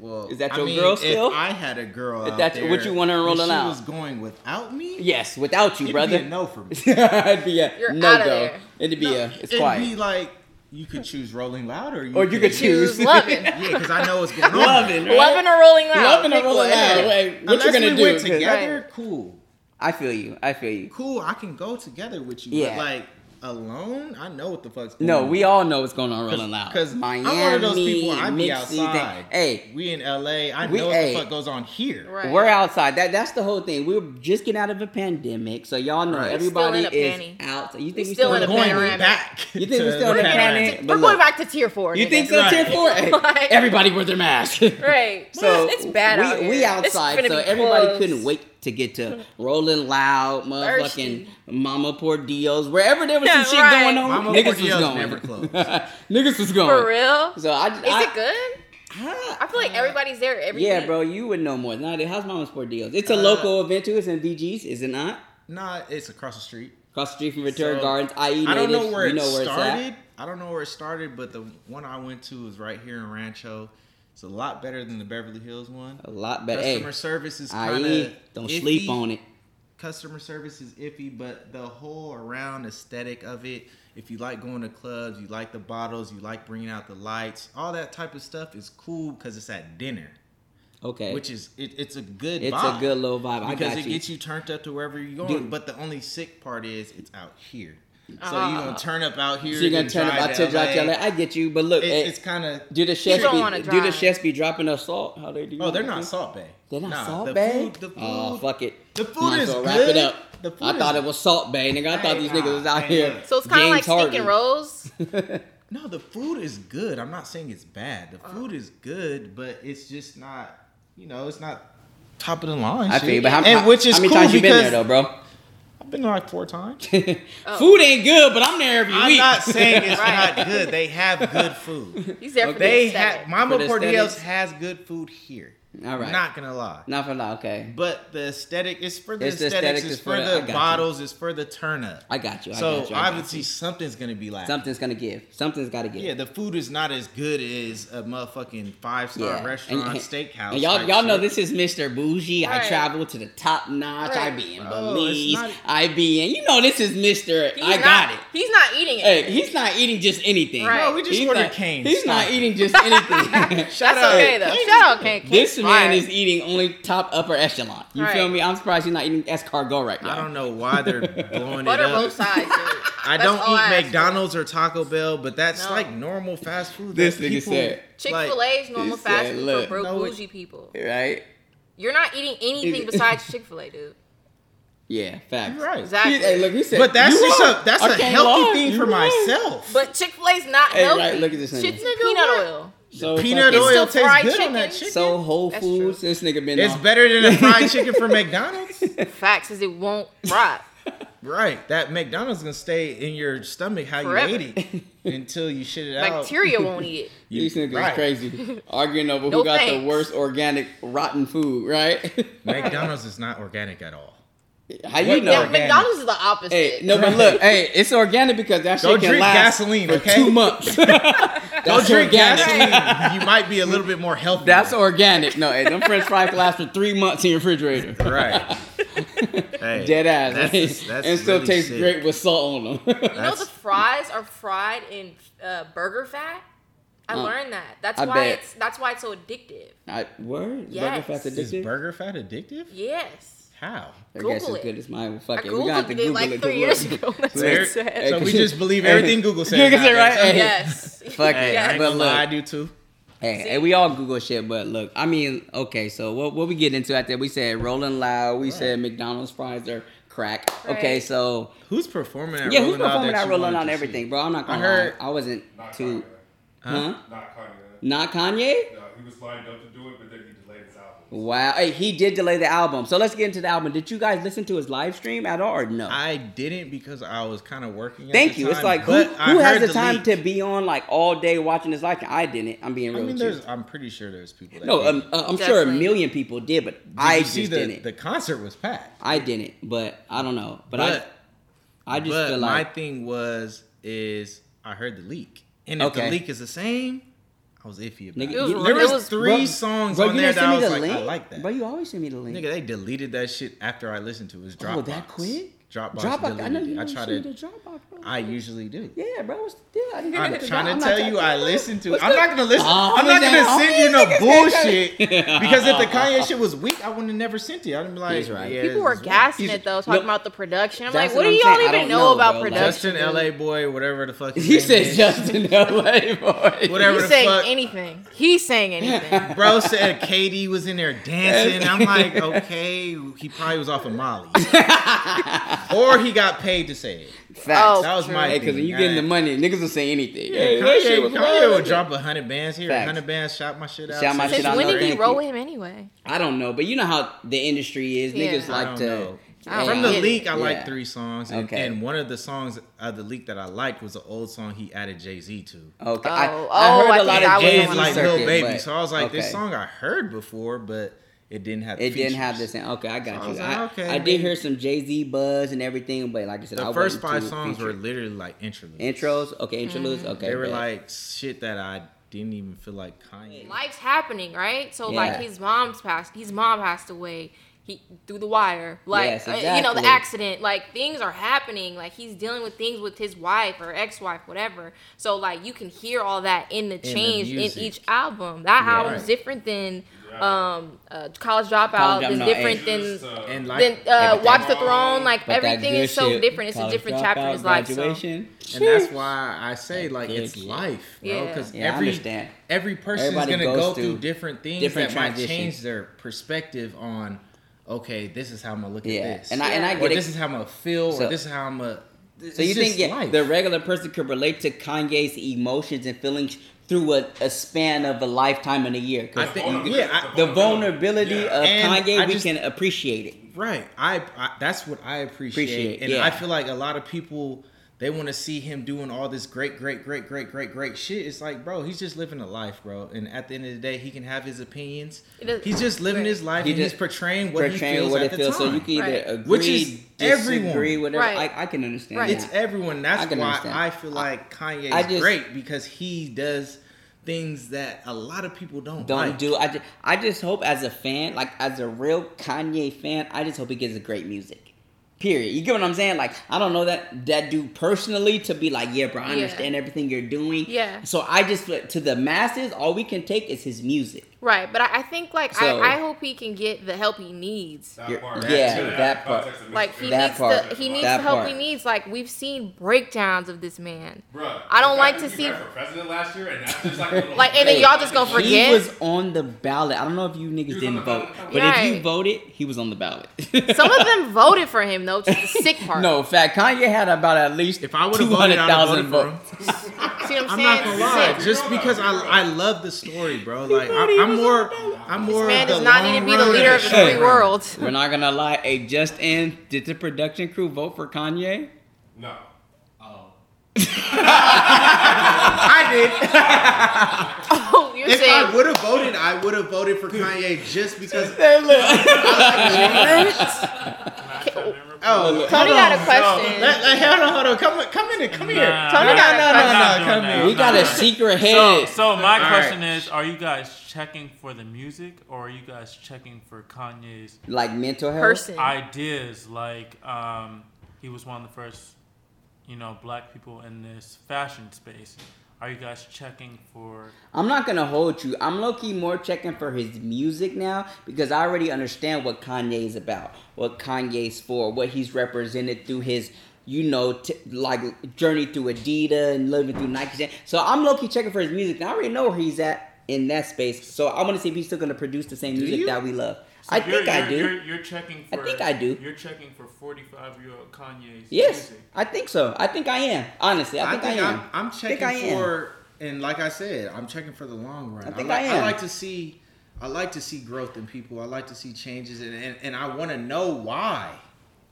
F: well,
D: Is that
F: I
D: your
F: mean,
D: girl
F: if
D: still?
F: I had a girl,
D: If
F: out
D: that's-
F: there,
D: would you wanna
F: and
D: Rolling
F: she
D: Loud?
F: was going without me.
D: Yes, without you,
F: it'd
D: brother.
F: Be a no for me.
D: it'd be a
E: You're
D: no
E: outta
D: go.
E: there.
D: It'd be a it's
F: it'd
D: quiet.
F: be like you could choose Rolling Loud, or you
D: or you could choose
E: Choose loving,
F: Yeah, because I know what's going on.
D: loving, right?
E: loving or rolling loud.
D: Loving or
E: Pick
D: Rolling
E: one.
D: Loud. Wait, what
F: Unless
D: you gonna
F: we
D: do?
F: Went
D: 'Cause
F: together, cool,
D: I feel you. I feel you.
F: cool. I can go together with you.
D: Yeah.
F: But like alone, I know what the fuck's going on.
D: No, we all know what's going on Rolling Loud.
F: Because
D: Miami,
F: I'm one of those people. I be
D: mid-season.
F: outside.
D: Hey,
F: we in LA. I
D: we-
F: know what
D: hey.
F: the fuck goes on here.
E: Right.
D: We're outside. That that's the whole thing. We're just getting out of a pandemic, so y'all know
F: Right.
D: everybody
E: Still in a
D: is
E: panty.
D: out. You think
E: We
D: we still
E: still in
F: We're
E: a
F: going
E: panoramic.
F: back.
D: You think
F: to
D: we're still in
F: the
D: a
F: panoramic.
D: panic?
E: We're
D: But
E: going
D: look,
E: back to tier four.
D: You
E: nigga.
D: think so?
F: Right.
D: Tier four. Hey,
E: Like-
D: everybody wear their mask.
E: Right.
D: So
E: it's bad
D: we,
E: out here.
D: we
E: It's
D: outside,
E: finna
D: so
E: be
D: everybody
E: close.
D: couldn't wait to get to Rolling Loud, motherfucking
E: Thirsty.
D: Mama Por Dios, wherever there was some
E: Yeah,
D: shit
E: right.
D: going on.
F: Mama
D: niggas
F: Por
D: was
F: Dios
D: going.
F: never closed.
D: niggas was going.
E: For real?
D: So I, Uh,
E: Is it good? I feel like everybody's there every
D: Yeah,
E: week.
D: bro, you would know more. Now, how's Mama's Por Dios? It's a
F: Uh,
D: local event too. It's in VG's, is it not?
F: Nah, it's across the street.
D: Across the street from Ventura
F: So,
D: Gardens, IE
F: I don't
D: natives,
F: know where
D: you
F: it
D: know where
F: started.
D: it's at.
F: I don't know where it started, but the one I went to was right here in Rancho. It's a lot better than the Beverly Hills one.
D: A lot better. Oh, Hey,
F: Customer service is kind
D: IE,
F: of
D: don't sleep on it.
F: Customer service is iffy, but the whole around aesthetic of it. If you like going to clubs, you like the bottles, you like bringing out the lights, all that type of stuff is cool because it's at dinner,
D: Okay.
F: which is it, it's a good.
D: Eh. It's a
F: vibe.
D: good little vibe. I
F: because
D: got
F: it
D: you.
F: gets you turned up to wherever you're going.
D: Dude.
F: But the only sick part is it's out here, so you're
E: Ah.
F: gonna turn up out here.
D: so you're gonna
F: then
D: turn
F: drive
D: about to drive to LA.
F: It-
D: I get you, but look, hey,
F: it's kind of
D: do the chefs
E: don't wanna
D: be do the
E: drive.
D: chefs be dropping us salt? How they do?
F: oh, they're
D: that?
F: not Salt Bay.
D: They're not
F: Nah,
D: salt
F: the
D: bay.
F: Food, the food,
D: oh fuck it.
F: the food
D: Might as
F: is
D: well Wrap it
F: good.
D: up.
F: The food
D: I thought
F: is-
D: it was salt bay, nigga. I thought
F: Hey,
D: these niggas was out
F: hey,
D: here.
F: look.
E: So it's kind of like steak and
D: roll.
E: rolls.
F: No, the food is good. I'm not saying it's bad. The food is good, but it's just not. You know, it's not top of the line.
D: I
F: shit.
D: feel you, but how,
F: and
D: how-
F: which is
D: how many
F: cool
D: times you been
F: because
D: there though, bro?
F: I've been there like four times.
E: Oh.
D: Food ain't good, but I'm there every
F: I'm
D: week.
F: not saying it's
E: Right.
F: not good. They have good food.
E: He's there for
F: They
E: the
F: have
E: aesthetic.
F: Mama
D: For the
F: Portillo's
D: aesthetics?
F: has good food here.
D: All right.
F: Not gonna lie.
D: Not for now. Okay,
F: But the aesthetic is for the
D: It's the
F: aesthetics,
D: aesthetics
F: it's
D: is
F: for
D: for the- I
F: the,
D: got you.
F: bottles, it's for the turn up.
D: I got you. I
F: so
D: got you, I got
F: obviously something's gonna be lacking.
D: something's gonna give. Something's gotta give.
F: Yeah, the food is not as good as a motherfucking five star
D: Yeah.
F: restaurant,
D: And-
F: steakhouse.
D: And y'all,
F: type
D: y'all know
F: shit.
D: this is Mr. Bougie.
E: Right.
D: I travel to the top notch. I
E: Right.
D: be in
F: Bro,
D: Belize.
F: Oh, it's not-
D: I be in. You know this is Mr.
E: He's
D: I
E: not-
D: got it.
E: He's not eating it.
D: Hey, he's not eating just anything.
E: Right.
F: No, we just
D: He's
F: ordered
D: not,
F: Cane's.
D: He's
F: Stop
D: not
F: it.
D: eating just anything.
F: Shout
E: That's
F: out.
E: okay though. Shout out, King.
D: this
E: King's
D: man
E: fire.
D: is eating only top upper echelon. You
E: Right.
D: feel me? I'm surprised he's not eating escargot right now.
F: I don't know why they're blowing it
E: butter
F: up.
E: both sides. Dude.
F: I
E: That's
F: don't
E: all
F: eat
E: I ask for.
F: McDonald's or Taco Bell, but that's
E: No.
F: like normal fast food.
D: This
F: that
D: nigga
F: people-
D: said-
E: Chick Fil
F: like,
E: A is normal
D: he
E: fast
D: said,
E: food
D: look,
E: for broke
F: no, it-
E: bougie people.
D: Right?
E: You're not eating anything
D: Is it-
E: besides Chick Fil A, dude.
D: Yeah. Facts.
F: You're right.
E: Exactly.
D: He- hey, look, he said,
F: But that's
D: "You
F: just
D: wrong.
F: a that's
D: I
F: a
D: can't
F: healthy
D: lie.
F: thing
D: You
F: for
D: wrong."
F: myself.
E: But Chick Fil A's not
D: Hey,
E: healthy.
D: right, look at this nigga.
E: Shit's peanut oil.
D: So
F: Peanut
E: It's
D: fucking-
E: still
F: oil tastes
E: fried
F: good on that
E: chicken.
F: chicken.
D: So Whole
E: That's true.
D: Foods, this nigga been
F: it's
D: on-
F: better than a fried chicken from McDonald's.
E: Facts is it won't rot.
F: Right. That McDonald's gonna stay in your stomach how
E: Forever.
F: you ate it until you shit it out.
E: Bacteria won't eat it.
F: You-
D: These niggas
F: right.
D: is crazy arguing over
E: No
D: who got the
E: thanks.
D: worst organic rotten food, right?
F: McDonald's is not organic at all.
D: How you
F: What-
D: know?
E: Yeah,
F: organic.
E: McDonald's is the opposite.
D: Hey, no, but look, hey, it's organic because that shit
F: Go
D: can
F: drink
D: last
F: gasoline,
D: for
F: okay?
D: two months.
F: Go
D: That's organic.
F: drink gasoline. you might be a little bit more healthy.
D: That's organic. No, hey, them French fries can last for three months in your refrigerator.
F: right. Hey,
D: Dead ass,
F: That's, that's
D: and still
F: really
D: tastes
F: sick.
D: great with salt on them.
E: You know the
F: That's-
E: fries are fried in uh, burger fat. I learned that. That's
D: Uh, I
E: why
D: bet.
E: it's that's why it's so addictive.
D: I, word,
E: Yes.
D: burger fat
F: Is
D: addictive.
F: burger fat addictive?
E: Yes.
F: How?
D: I guess
E: Google
D: it's
E: it.
D: good as mine. Well,
E: I
D: fuck it. We gonna have to
E: googled it
D: Google
E: like
D: it.
E: three
D: Good
E: years
D: luck.
E: ago. That's what
F: Very-
E: it said.
F: So we just believe everything Google says.
D: Google said,
F: nowadays.
D: right? Hey.
E: Yes.
D: Fuck
F: Hey, I
E: Yes.
F: ain't
D: But
F: gonna lie, I
D: look.
F: do too.
D: Hey, hey, we all Google shit, but look, I mean, okay, so what what we get into out there? We said Rolling Loud, we said McDonald's fries are crack. Okay,
E: Right.
D: so
F: Who's performing at
D: yeah,
F: Rolling
D: who's performing out
F: Loud that
D: Rolling
F: on
D: Loud everything, bro? I'm not gonna
F: I heard-
D: lie, I wasn't
G: Not
D: too,
G: Kanye.
D: huh?
G: Not Kanye.
D: Not Kanye?
G: No, he was lined up to do it, but then he delayed his album.
D: Wow, hey, he did delay the album. So let's get into the album. Did you guys listen to his live stream at all or no?
F: I didn't because I was kind of working. At
D: Thank
F: the
D: you. it's
F: time,
D: like who,
F: but I
D: who has
F: heard
D: the time
F: leak.
D: to be on like all day watching his live? stream? I didn't. I'm being
F: I
D: real.
F: mean,
D: with you.
F: there's. I'm pretty sure there's people. That
D: no.
F: did.
D: Um, uh, I'm sure a
E: Definitely.
D: million people did, but
F: Did
D: I
F: you
D: just
F: see the,
D: didn't.
F: the concert was packed.
D: I didn't. But I don't know. But,
F: But
D: I, I just
F: but
D: feel
F: my
D: like
F: thing was is I heard the leak, and if
D: Okay.
F: the leak is the same, I was iffy about
D: Nigga,
F: it.
E: It was-
F: there
E: it
F: was,
E: was-
F: three
D: Bro,
F: songs
D: bro,
F: on
D: you
F: there
D: didn't send
F: that I
D: me
F: was
D: the
F: like,
D: link?
F: I like that.
D: Bro, you always send me the link.
F: Nigga, they deleted that shit after I listened to it. it was Dropbox.
D: oh, that quick?
F: Dropbox.
D: Dropbox. I know
F: deleted
D: you
F: it. I
D: always
F: try
D: send me
F: to.
D: the Dropbox. Bro.
F: I usually do.
D: yeah, bro. What's the deal? I didn't
F: I'm
D: get the
F: trying
D: Dropbox.
F: to tell
D: I'm
F: you,
D: not
F: I
D: trying-
F: listened to.
D: What's
F: I'm
D: the-
F: not gonna listen.
D: Oh,
F: I'm not
D: nigga,
F: gonna
D: all
F: send you
D: these
F: no
D: niggas
F: bullshit because if the Kanye shit was weak, I wouldn't have never sent it. I'd be like,
D: He's right.
F: yeah,
E: People
F: this
E: were
F: is weak.
E: gassing
D: He's-
E: it though, talking
D: no.
E: about the production. I'm
D: That's
E: like, what
D: what
E: do
D: I'm
E: y'all
D: saying. I
E: even
D: don't
E: know,
D: know,
E: about
D: bro. Like-
E: production?
F: Justin LA boy, whatever the fuck. his
D: He
F: name
D: said
F: is.
D: Justin L.A. boy.
F: Whatever
E: He's
F: the
E: saying
F: fuck.
E: anything. He's saying anything.
F: Bro said Katie was in there dancing. I'm like, okay, he probably was off of Molly, or he got paid to say it.
D: Facts.
F: That was
E: true.
F: my.
D: Hey, because when you getting the money, niggas will say anything.
F: Yeah,
D: Hey, that shit
F: Kanye,
D: was
F: Kanye would
D: wild.
F: drop a hundred bands here, a
D: Facts.
F: hundred bands, shout my shit out.
D: Shout my shit
F: say
E: Since
D: out,
E: when
D: no,
E: did we
D: thank
E: roll
D: you.
E: with him anyway?
D: I don't know, but you know how the industry is.
E: Yeah.
D: Niggas
E: I
D: like
F: don't
D: to.
F: know.
E: I
D: Hey,
E: don't
F: From the
E: get it.
F: leak, I
D: Yeah.
F: liked three songs, and,
D: Okay.
F: and one of the songs of the leak that I liked was an old song he added Jay Z to.
D: Okay. I,
E: Oh,
D: I
E: oh,
D: heard
E: I
D: a
E: think
D: lot
E: that
D: of
E: was the
D: Jay
F: Jay's
E: one
D: Z
E: I
F: like
E: liked.
F: Lil
D: circuit,
F: Baby,
D: but-
F: so I was like, this
D: okay.
F: song I heard before, but it didn't have.
D: It didn't
F: features.
D: have this. In, okay, I got
F: So I
D: you.
F: was
D: I,
F: like, okay,
D: I did
F: maybe.
D: hear some Jay Z buzz and everything, but like I said, I
F: The
D: wasn't
F: first five
D: too
F: songs were
D: featured. Mm-hmm.
F: literally like interludes.
D: intros. Okay, interludes. Okay,
F: They were
D: bet.
F: like shit that I didn't even feel like Kanye.
E: Life's happening, right? So like
D: Yeah.
E: his mom's passed. His mom passed away. He through the wire, like
D: Yes,
E: uh, you know the
D: exactly.
E: accident. Like things are happening. Like he's dealing with things with his wife or ex-wife, whatever. So like you can hear all that in the
F: the
E: change in,
F: music.
E: each album. That
D: Yeah.
E: album's
F: Right.
E: different than um, uh, College
D: College
E: Dropout.
D: Dropout,
E: is
D: no,
E: different
D: hey.
E: than.
G: uh,
F: And
E: Then
F: like,
E: uh,
D: Everything.
E: Watch the Throne,
D: But
E: like
D: that
E: everything
D: good
E: is so
D: shit,
E: different. It's a
D: college
E: different chapter in
D: dropout,
E: his life. So.
D: Graduation.
F: and that's why I say like
D: good
F: it's
D: shit.
F: life, bro.
E: Yeah.
F: Because
D: Yeah, I
F: every
D: understand.
F: every person's
D: Everybody
F: gonna
D: goes
F: go through,
D: through
F: different things
D: different
F: that might
D: transitions.
F: change their perspective on. Okay, this is how I'm gonna look
D: Yeah,
F: at this,
D: and I and I
F: or
D: get
F: this
D: it.
F: is how I'm gonna feel,
D: So-
F: or this is how I'm gonna.
D: So you think yeah, the regular person could relate to Kanye's emotions and feelings through a, a span of a lifetime and a year? 'Cause
F: I think yeah, I,
D: the vulnerability
G: Yeah.
D: of
F: And
D: Kanye,
F: I
D: we
F: just-
D: can appreciate it.
F: right. I, I that's what I appreciate,
D: Appreciate,
F: and
D: yeah.
F: I feel like a lot of people they want to see him doing all this great, great, great, great, great, great shit. It's like, bro, he's just living a life, bro. And at the end of the day, he can have his opinions.
E: It does-
F: He's just living his life,
D: He
F: and
D: just
F: he's portraying what
D: portraying
F: he feels
D: what
F: at
D: it
F: the
D: feels.
F: time.
D: So you can either
E: Right.
D: agree,
F: Which is
D: disagree,
F: everyone.
D: whatever.
E: Right.
D: I, I can understand.
E: Right.
D: Right.
F: It's everyone. That's
D: I can
F: why
D: understand.
F: I feel like Kanye is
D: I just-
F: great because he does things that a lot of people don't
D: Don't
F: like.
D: do. I just, I just hope as a fan, like as a real Kanye fan, I just hope he gives a great music. Period. You get what I'm saying? Like I don't know that that dude personally to be like, yeah, bro, I
E: Yeah.
D: understand everything you're doing.
E: Yeah.
D: So I just to the masses, all we can take is his music.
E: Right, but I, I think like
D: So-
E: I, I hope he can get the help he needs.
G: That part.
D: yeah,
G: Context
D: that part.
G: of
E: Like
G: Mr.
E: he
D: That
E: needs
D: part.
E: the he needs
D: That
E: the help he
D: part.
E: needs. Like we've seen breakdowns of this man.
G: Bruh,
E: I don't
G: the
E: like
G: fact
E: to
G: that
E: see-
G: you ran for president last year, and that's just like, a little-
E: Like, and then y'all just gonna
G: He-
E: forget?
D: He was on the ballot. I don't know if you niggas
G: was
D: didn't
G: on the
D: vote,
G: ballot.
D: but if you
E: Right.
D: voted, he was on the ballot.
E: Some of them voted for him though, just the sick part.
D: No, in fact, Kanye had about at least
F: If I would have voted, I'd have
D: 200,000
F: voted for him.
D: votes.
E: See what I'm
F: I'm
E: saying?
F: not gonna lie,
E: Sick.
F: just because I I love the story, bro. Like I, I'm more I'm more.
E: Man
F: of the
E: does not need to
F: long
E: be the
F: run
E: leader of the
F: shit.
E: free world.
D: We're not gonna lie. Hey, just in, did the production crew vote for Kanye?
G: No.
F: I did.
E: Oh, you're
F: If I
E: saying
F: would have voted, I would have voted for Kanye just because. Oh,
E: Tony got a question.
F: Let- let- hold on, hold on. Come, come in, here, come here.
H: Nah.
F: No,
E: Tony
F: no,
E: got a
F: no,
E: question.
F: no,
H: I'm
F: no,
H: not
F: come
H: doing
F: here.
H: that.
D: We got a secret
H: So,
D: head.
H: so my
F: All
H: question
F: right.
H: is: Are you guys checking for the music, or are you guys checking for Kanye's
D: like mental health.
E: person.
H: ideas? Like, um, he was one of the first, you know, black people in this fashion space. Are you guys checking for?
D: I'm not gonna hold you. I'm low key more checking for his music now because I already understand what Kanye's about, what Kanye's for, what he's represented through his, you know, t- like journey through Adidas and living through Nike. So I'm low key checking for his music. Now I already know where he's at in that space. So I want to see if he's still gonna produce the same music
F: you?
D: that we love. I
H: You're-
D: think I do.
H: you're- You're, you're checking
D: I
H: for.
D: think I do.
H: You're checking for 45 year old Kanye's
D: yes,
H: music.
D: I think so. I think I am. Honestly, I think I, am.
F: I'm, I'm
D: I think
F: checking
D: I am.
F: for, and like I said, I'm checking for the long run.
D: I think
F: like,
D: I am.
F: like to see, I like to see growth in people. I like to see changes, and and, and I want to know why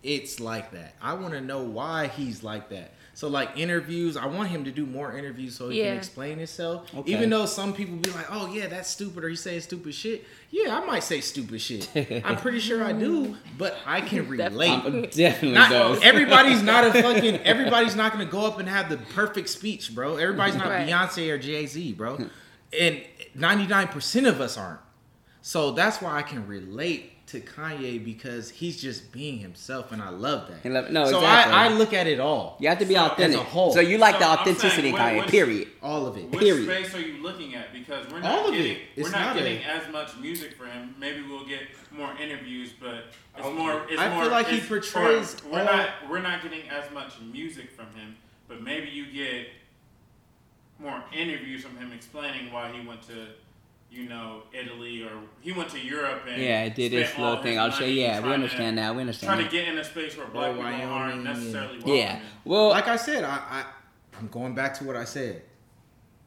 F: it's like that. I want to know why he's like that. So like interviews, I want him to do more interviews so he
E: Yeah.
F: can explain himself.
D: Okay.
F: Even though some people be like, "Oh yeah, that's stupid," or he's saying stupid shit. Yeah, I might say stupid shit. I'm pretty sure I do, but I can relate.
D: I'm definitely
F: Not-
D: those.
F: everybody's not a fucking. Everybody's not gonna go up and have the perfect speech, bro. Everybody's not
E: Right.
F: Beyonce or Jay Z, bro. And ninety nine percent of us aren't. So that's why I can relate to Kanye because he's just being himself, and I love that.
D: I love- no,
F: so
D: exactly.
F: I, I look at it all,
D: you have to be
F: So, as a
D: authentic.
F: whole.
D: So you like
H: So
D: the
H: I'm
D: authenticity,
H: saying, what-
D: Kanye.
H: what is-
D: Period.
F: all of it.
G: Which
D: Period.
G: space are you looking at? Because we're
F: All
G: not
F: of it.
G: getting
F: It's
G: we're not,
F: not a-
G: getting as much music for him. Maybe we'll get more interviews, but it's I-
F: I
G: more. It's
F: feel
G: more,
F: like he
G: it's- or
F: portrays
G: We're
F: all-
G: not we're not getting as much music from him, but maybe you get more interviews from him explaining why he went to. You know, Italy, or he went to Europe and
D: Yeah, it did this
G: spent all
D: little
G: his
D: thing. I'll say,
G: money
D: yeah, we
G: trying to-
D: understand that. We understand
G: Trying to
D: that.
G: get in a space where black people
F: Wyoming,
G: aren't necessarily welcome.
D: Yeah. Well,
F: like I said, I, I I'm going back to what I said.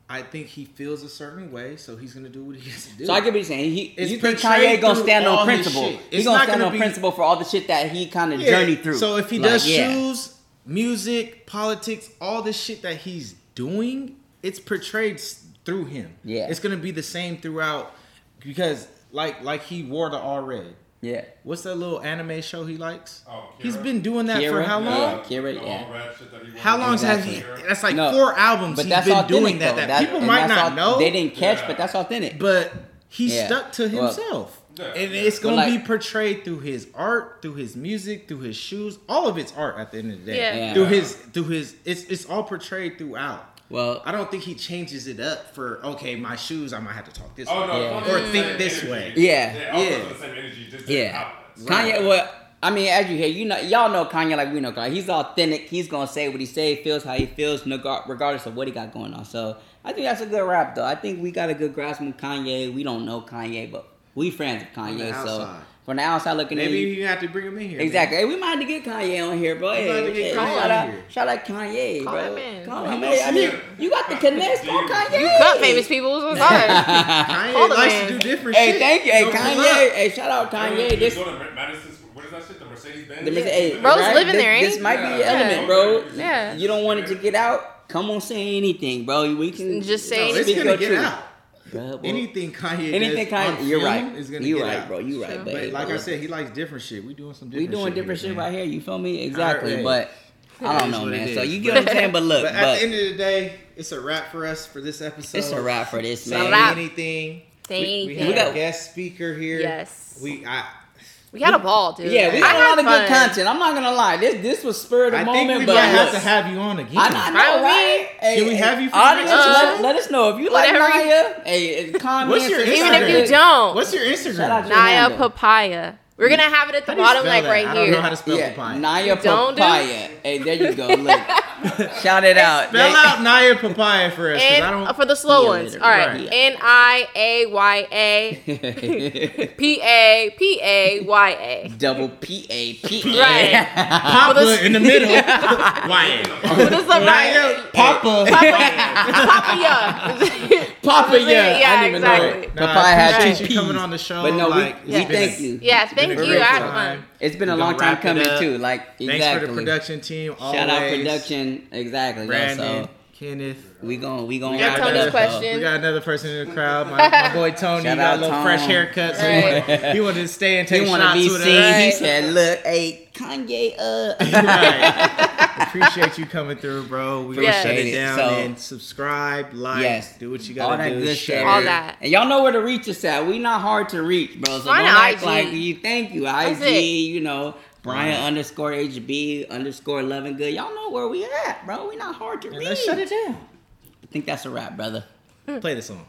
F: I think he feels a certain way, so he's gonna do what he has to do.
D: so I could be saying he.
F: It's
D: you think
F: portrayed
D: Kanye gonna
F: through
D: stand
F: all
D: on
F: his
D: principle?
F: shit.
D: He's
F: It's
D: gonna
F: not
D: stand
F: gonna
D: on
F: be-
D: principle for all the shit that he kind of journeyed through.
F: So if he
D: Like,
F: does
D: yeah.
F: shoes, music, politics, all the shit that he's doing, it's portrayed s- through him.
D: Yeah.
F: it's gonna be the same throughout because like like he wore the all red.
D: yeah,
F: What's that little anime show he likes?
G: Oh,
F: he's
G: Kira?
F: been doing that for
D: Kira?
F: how
D: Yeah.
F: long?
D: Kira,
G: The
D: yeah.
G: whole rap shit that he wanted
F: How
G: to
F: long
G: do.
F: has
D: Exactly.
F: he? That's like
D: No,
F: four albums
D: but
F: he's
D: that's
F: been
D: authentic,
F: doing
D: though.
F: that. That,
D: That's-
F: people
D: and
F: might
D: that's
F: not
D: au-
F: know.
D: They didn't catch,
G: Yeah.
D: but that's authentic.
F: but he
D: Yeah.
F: stuck to
D: Well-
F: himself.
G: Yeah.
F: and it's
D: But
F: gonna
D: like-
F: be portrayed through his art, through his music, through his shoes. All of it's art at the end of the day.
E: Yeah.
D: Yeah.
F: Through his, through his, it's it's all portrayed throughout.
D: well,
F: I don't think he changes it up for okay, my shoes. I might have to talk this.
G: Oh
F: way.
G: no,
D: Yeah.
G: Kanye
F: Or
G: has
F: think
G: the same
F: this
G: energy.
F: way.
D: Yeah,
G: they all
F: yeah.
G: have the same energy, just different
D: yeah,
G: outlets.
D: Kanye. Well, I mean, as you hear, you know, y'all know Kanye like we know Kanye. He's authentic. He's gonna say what he say, feels how he feels, no gar- regardless of what he got going on. So I think that's a good rap, though. I think we got a good grasp on Kanye. We don't know Kanye, but we friends with
F: the
D: Kanye. So
F: outside.
D: from the outside looking in,
F: Maybe
D: you-
F: you have to bring him in here.
D: Exactly. Hey, we might have to get Kanye on here, bro.
F: We might have
D: Hey,
F: to get
D: hey,
F: Kanye
D: shout,
F: on
D: out,
F: here.
D: shout out Kanye,
E: Call
D: bro.
E: him in.
D: Call
F: He
D: him
F: knows
D: in. I mean,
G: shit.
D: you got the connects. Call
G: Dude.
D: Kanye.
E: Cut famous people. I'm sorry.
F: Man.
E: Call
F: Kanye
E: the
F: likes
E: man.
F: to do different
D: Hey,
F: shit.
D: thank you. Hey,
F: Don't give
D: Kanye.
F: up.
D: Hey, shout out Kanye. This,
G: You go to Madison's, what is that shit? The Mercedes Benz.
D: the, hey,
E: Bro's
D: right?
E: living there,
D: This,
E: ain't
D: this
E: he?
D: might be the
E: Yeah.
D: element, bro.
E: Yeah.
D: You don't want it to get out. Come on, say anything, bro. We can
E: Just say
F: No,
E: Speak
F: it's gonna
D: your
F: get
D: truth.
F: out.
D: Bro, bro.
F: Anything Kanye
D: Anything
F: does on
D: Kanye. You're
F: film
D: right.
F: is gonna
D: You're
F: get
D: right,
F: out.
D: bro. You're
E: True.
D: right,
F: But
D: babe.
F: like
D: bro.
F: I said, he likes different shit. We doing some
D: we
F: different.
D: doing different
F: here,
D: shit
F: man.
D: right here. You feel me? Exactly.
F: hey.
D: But I
F: It
D: don't
F: is
D: know,
F: what
D: man.
F: it
D: So
F: is,
D: you get what I'm saying. But look,
F: But at
D: but
F: the end of the day, it's a wrap for us for this episode.
D: it's a wrap for this,
F: Say
E: a
D: man.
E: wrap.
F: anything.
E: Say
F: We
E: anything.
F: had
D: We got-
F: a guest speaker here.
E: Yes.
F: We I
E: We had a ball, dude.
D: Yeah, we
E: I
D: got a
E: had
D: lot of good
E: fun.
D: content. I'm not gonna lie. This this was spur of the
F: I
D: moment,
F: think we
D: but
F: might have
D: look,
F: to have you on again.
D: I not
E: Right,
D: know, right? Hey,
F: Can we have you for
D: audience?
E: next
D: Let,
E: time?
D: let us know if you like
E: Whatever you-
D: Naya. Hey, comment.
F: What's your
E: Even if
F: Instagram?
E: you don't,
F: What's your
D: Shout out
F: Instagram?
D: to
E: Naya
D: Amanda.
E: Papaya. We're gonna have it at the
F: How do you
E: bottom,
F: spell
E: like
F: that?
E: right
F: I
E: here.
F: don't know how to spell
D: yeah,
F: papaya.
D: Naya
E: Don't do-
D: Papaya. Hey, there you go. Look, Shout it out.
F: Spell out Naya Papaya for us. 'cause I
E: And
F: don't.
E: uh, for the slow ones, all right.
F: Right.
E: N I A Y A P A P A Y A.
D: Double P A P A.
E: Right.
F: Papa
E: this-
F: in the middle. Why?
E: Put this up right.
F: Naya Papa.
E: Papa, Papa Young.
D: Papa, yeah.
E: Yeah,
D: I didn't even know
E: exactly.
D: it.
F: Nah,
D: Papaya
F: appreciate
D: had
E: Right.
D: two
F: you
D: P's.
F: coming on the show.
D: But no, we,
F: like,
D: we
E: Yeah.
F: it's been
D: thank
F: a-
D: you.
E: yeah,
F: been
E: thank
F: a
E: you. I
F: great
E: had
F: time.
E: fun.
D: It's been a
F: We gonna
D: long time
F: wrap it
D: coming
F: up.
D: too. Like
F: Thanks
D: exactly.
F: for the production team. Always.
D: Shout out production. Exactly. yeah,
F: Brandon,
D: so
F: Kenneth.
D: we gon' we gon'
F: We
D: wrap
F: got,
D: it
E: Tony's
D: up.
F: another,
E: question.
F: we got another person in the crowd. My, my boy Tony
D: Shout
F: got
D: out
F: a little
D: Tom.
F: fresh haircut. So
E: Right.
F: he, wanted, he wanted to stay and
D: He
F: take
D: want to
F: shots
D: be
F: with
D: seen.
F: us.
D: He
E: Right.
D: said, "Look, hey, Kanye, uh,
F: Right. Appreciate you coming through, bro. We gonna shut
D: Appreciate
F: it
D: it.
F: down
D: So-
F: and subscribe, like,
D: Yes.
F: do what you
D: all
F: gotta
D: that
F: do.
D: good
F: share.
D: shit,
E: All that.
D: And y'all know where to reach us at. We not hard to reach, bro. So
E: Find
D: don't
E: our
D: act
E: IG.
D: like you. Thank you,
E: That's
D: IG.
E: it.
D: You know, Brian underscore HB underscore loving good. Y'all know where we at, bro. We not hard to
F: And
D: reach.
F: let's shut it down.
D: I think that's a wrap, brother.
F: Play the song.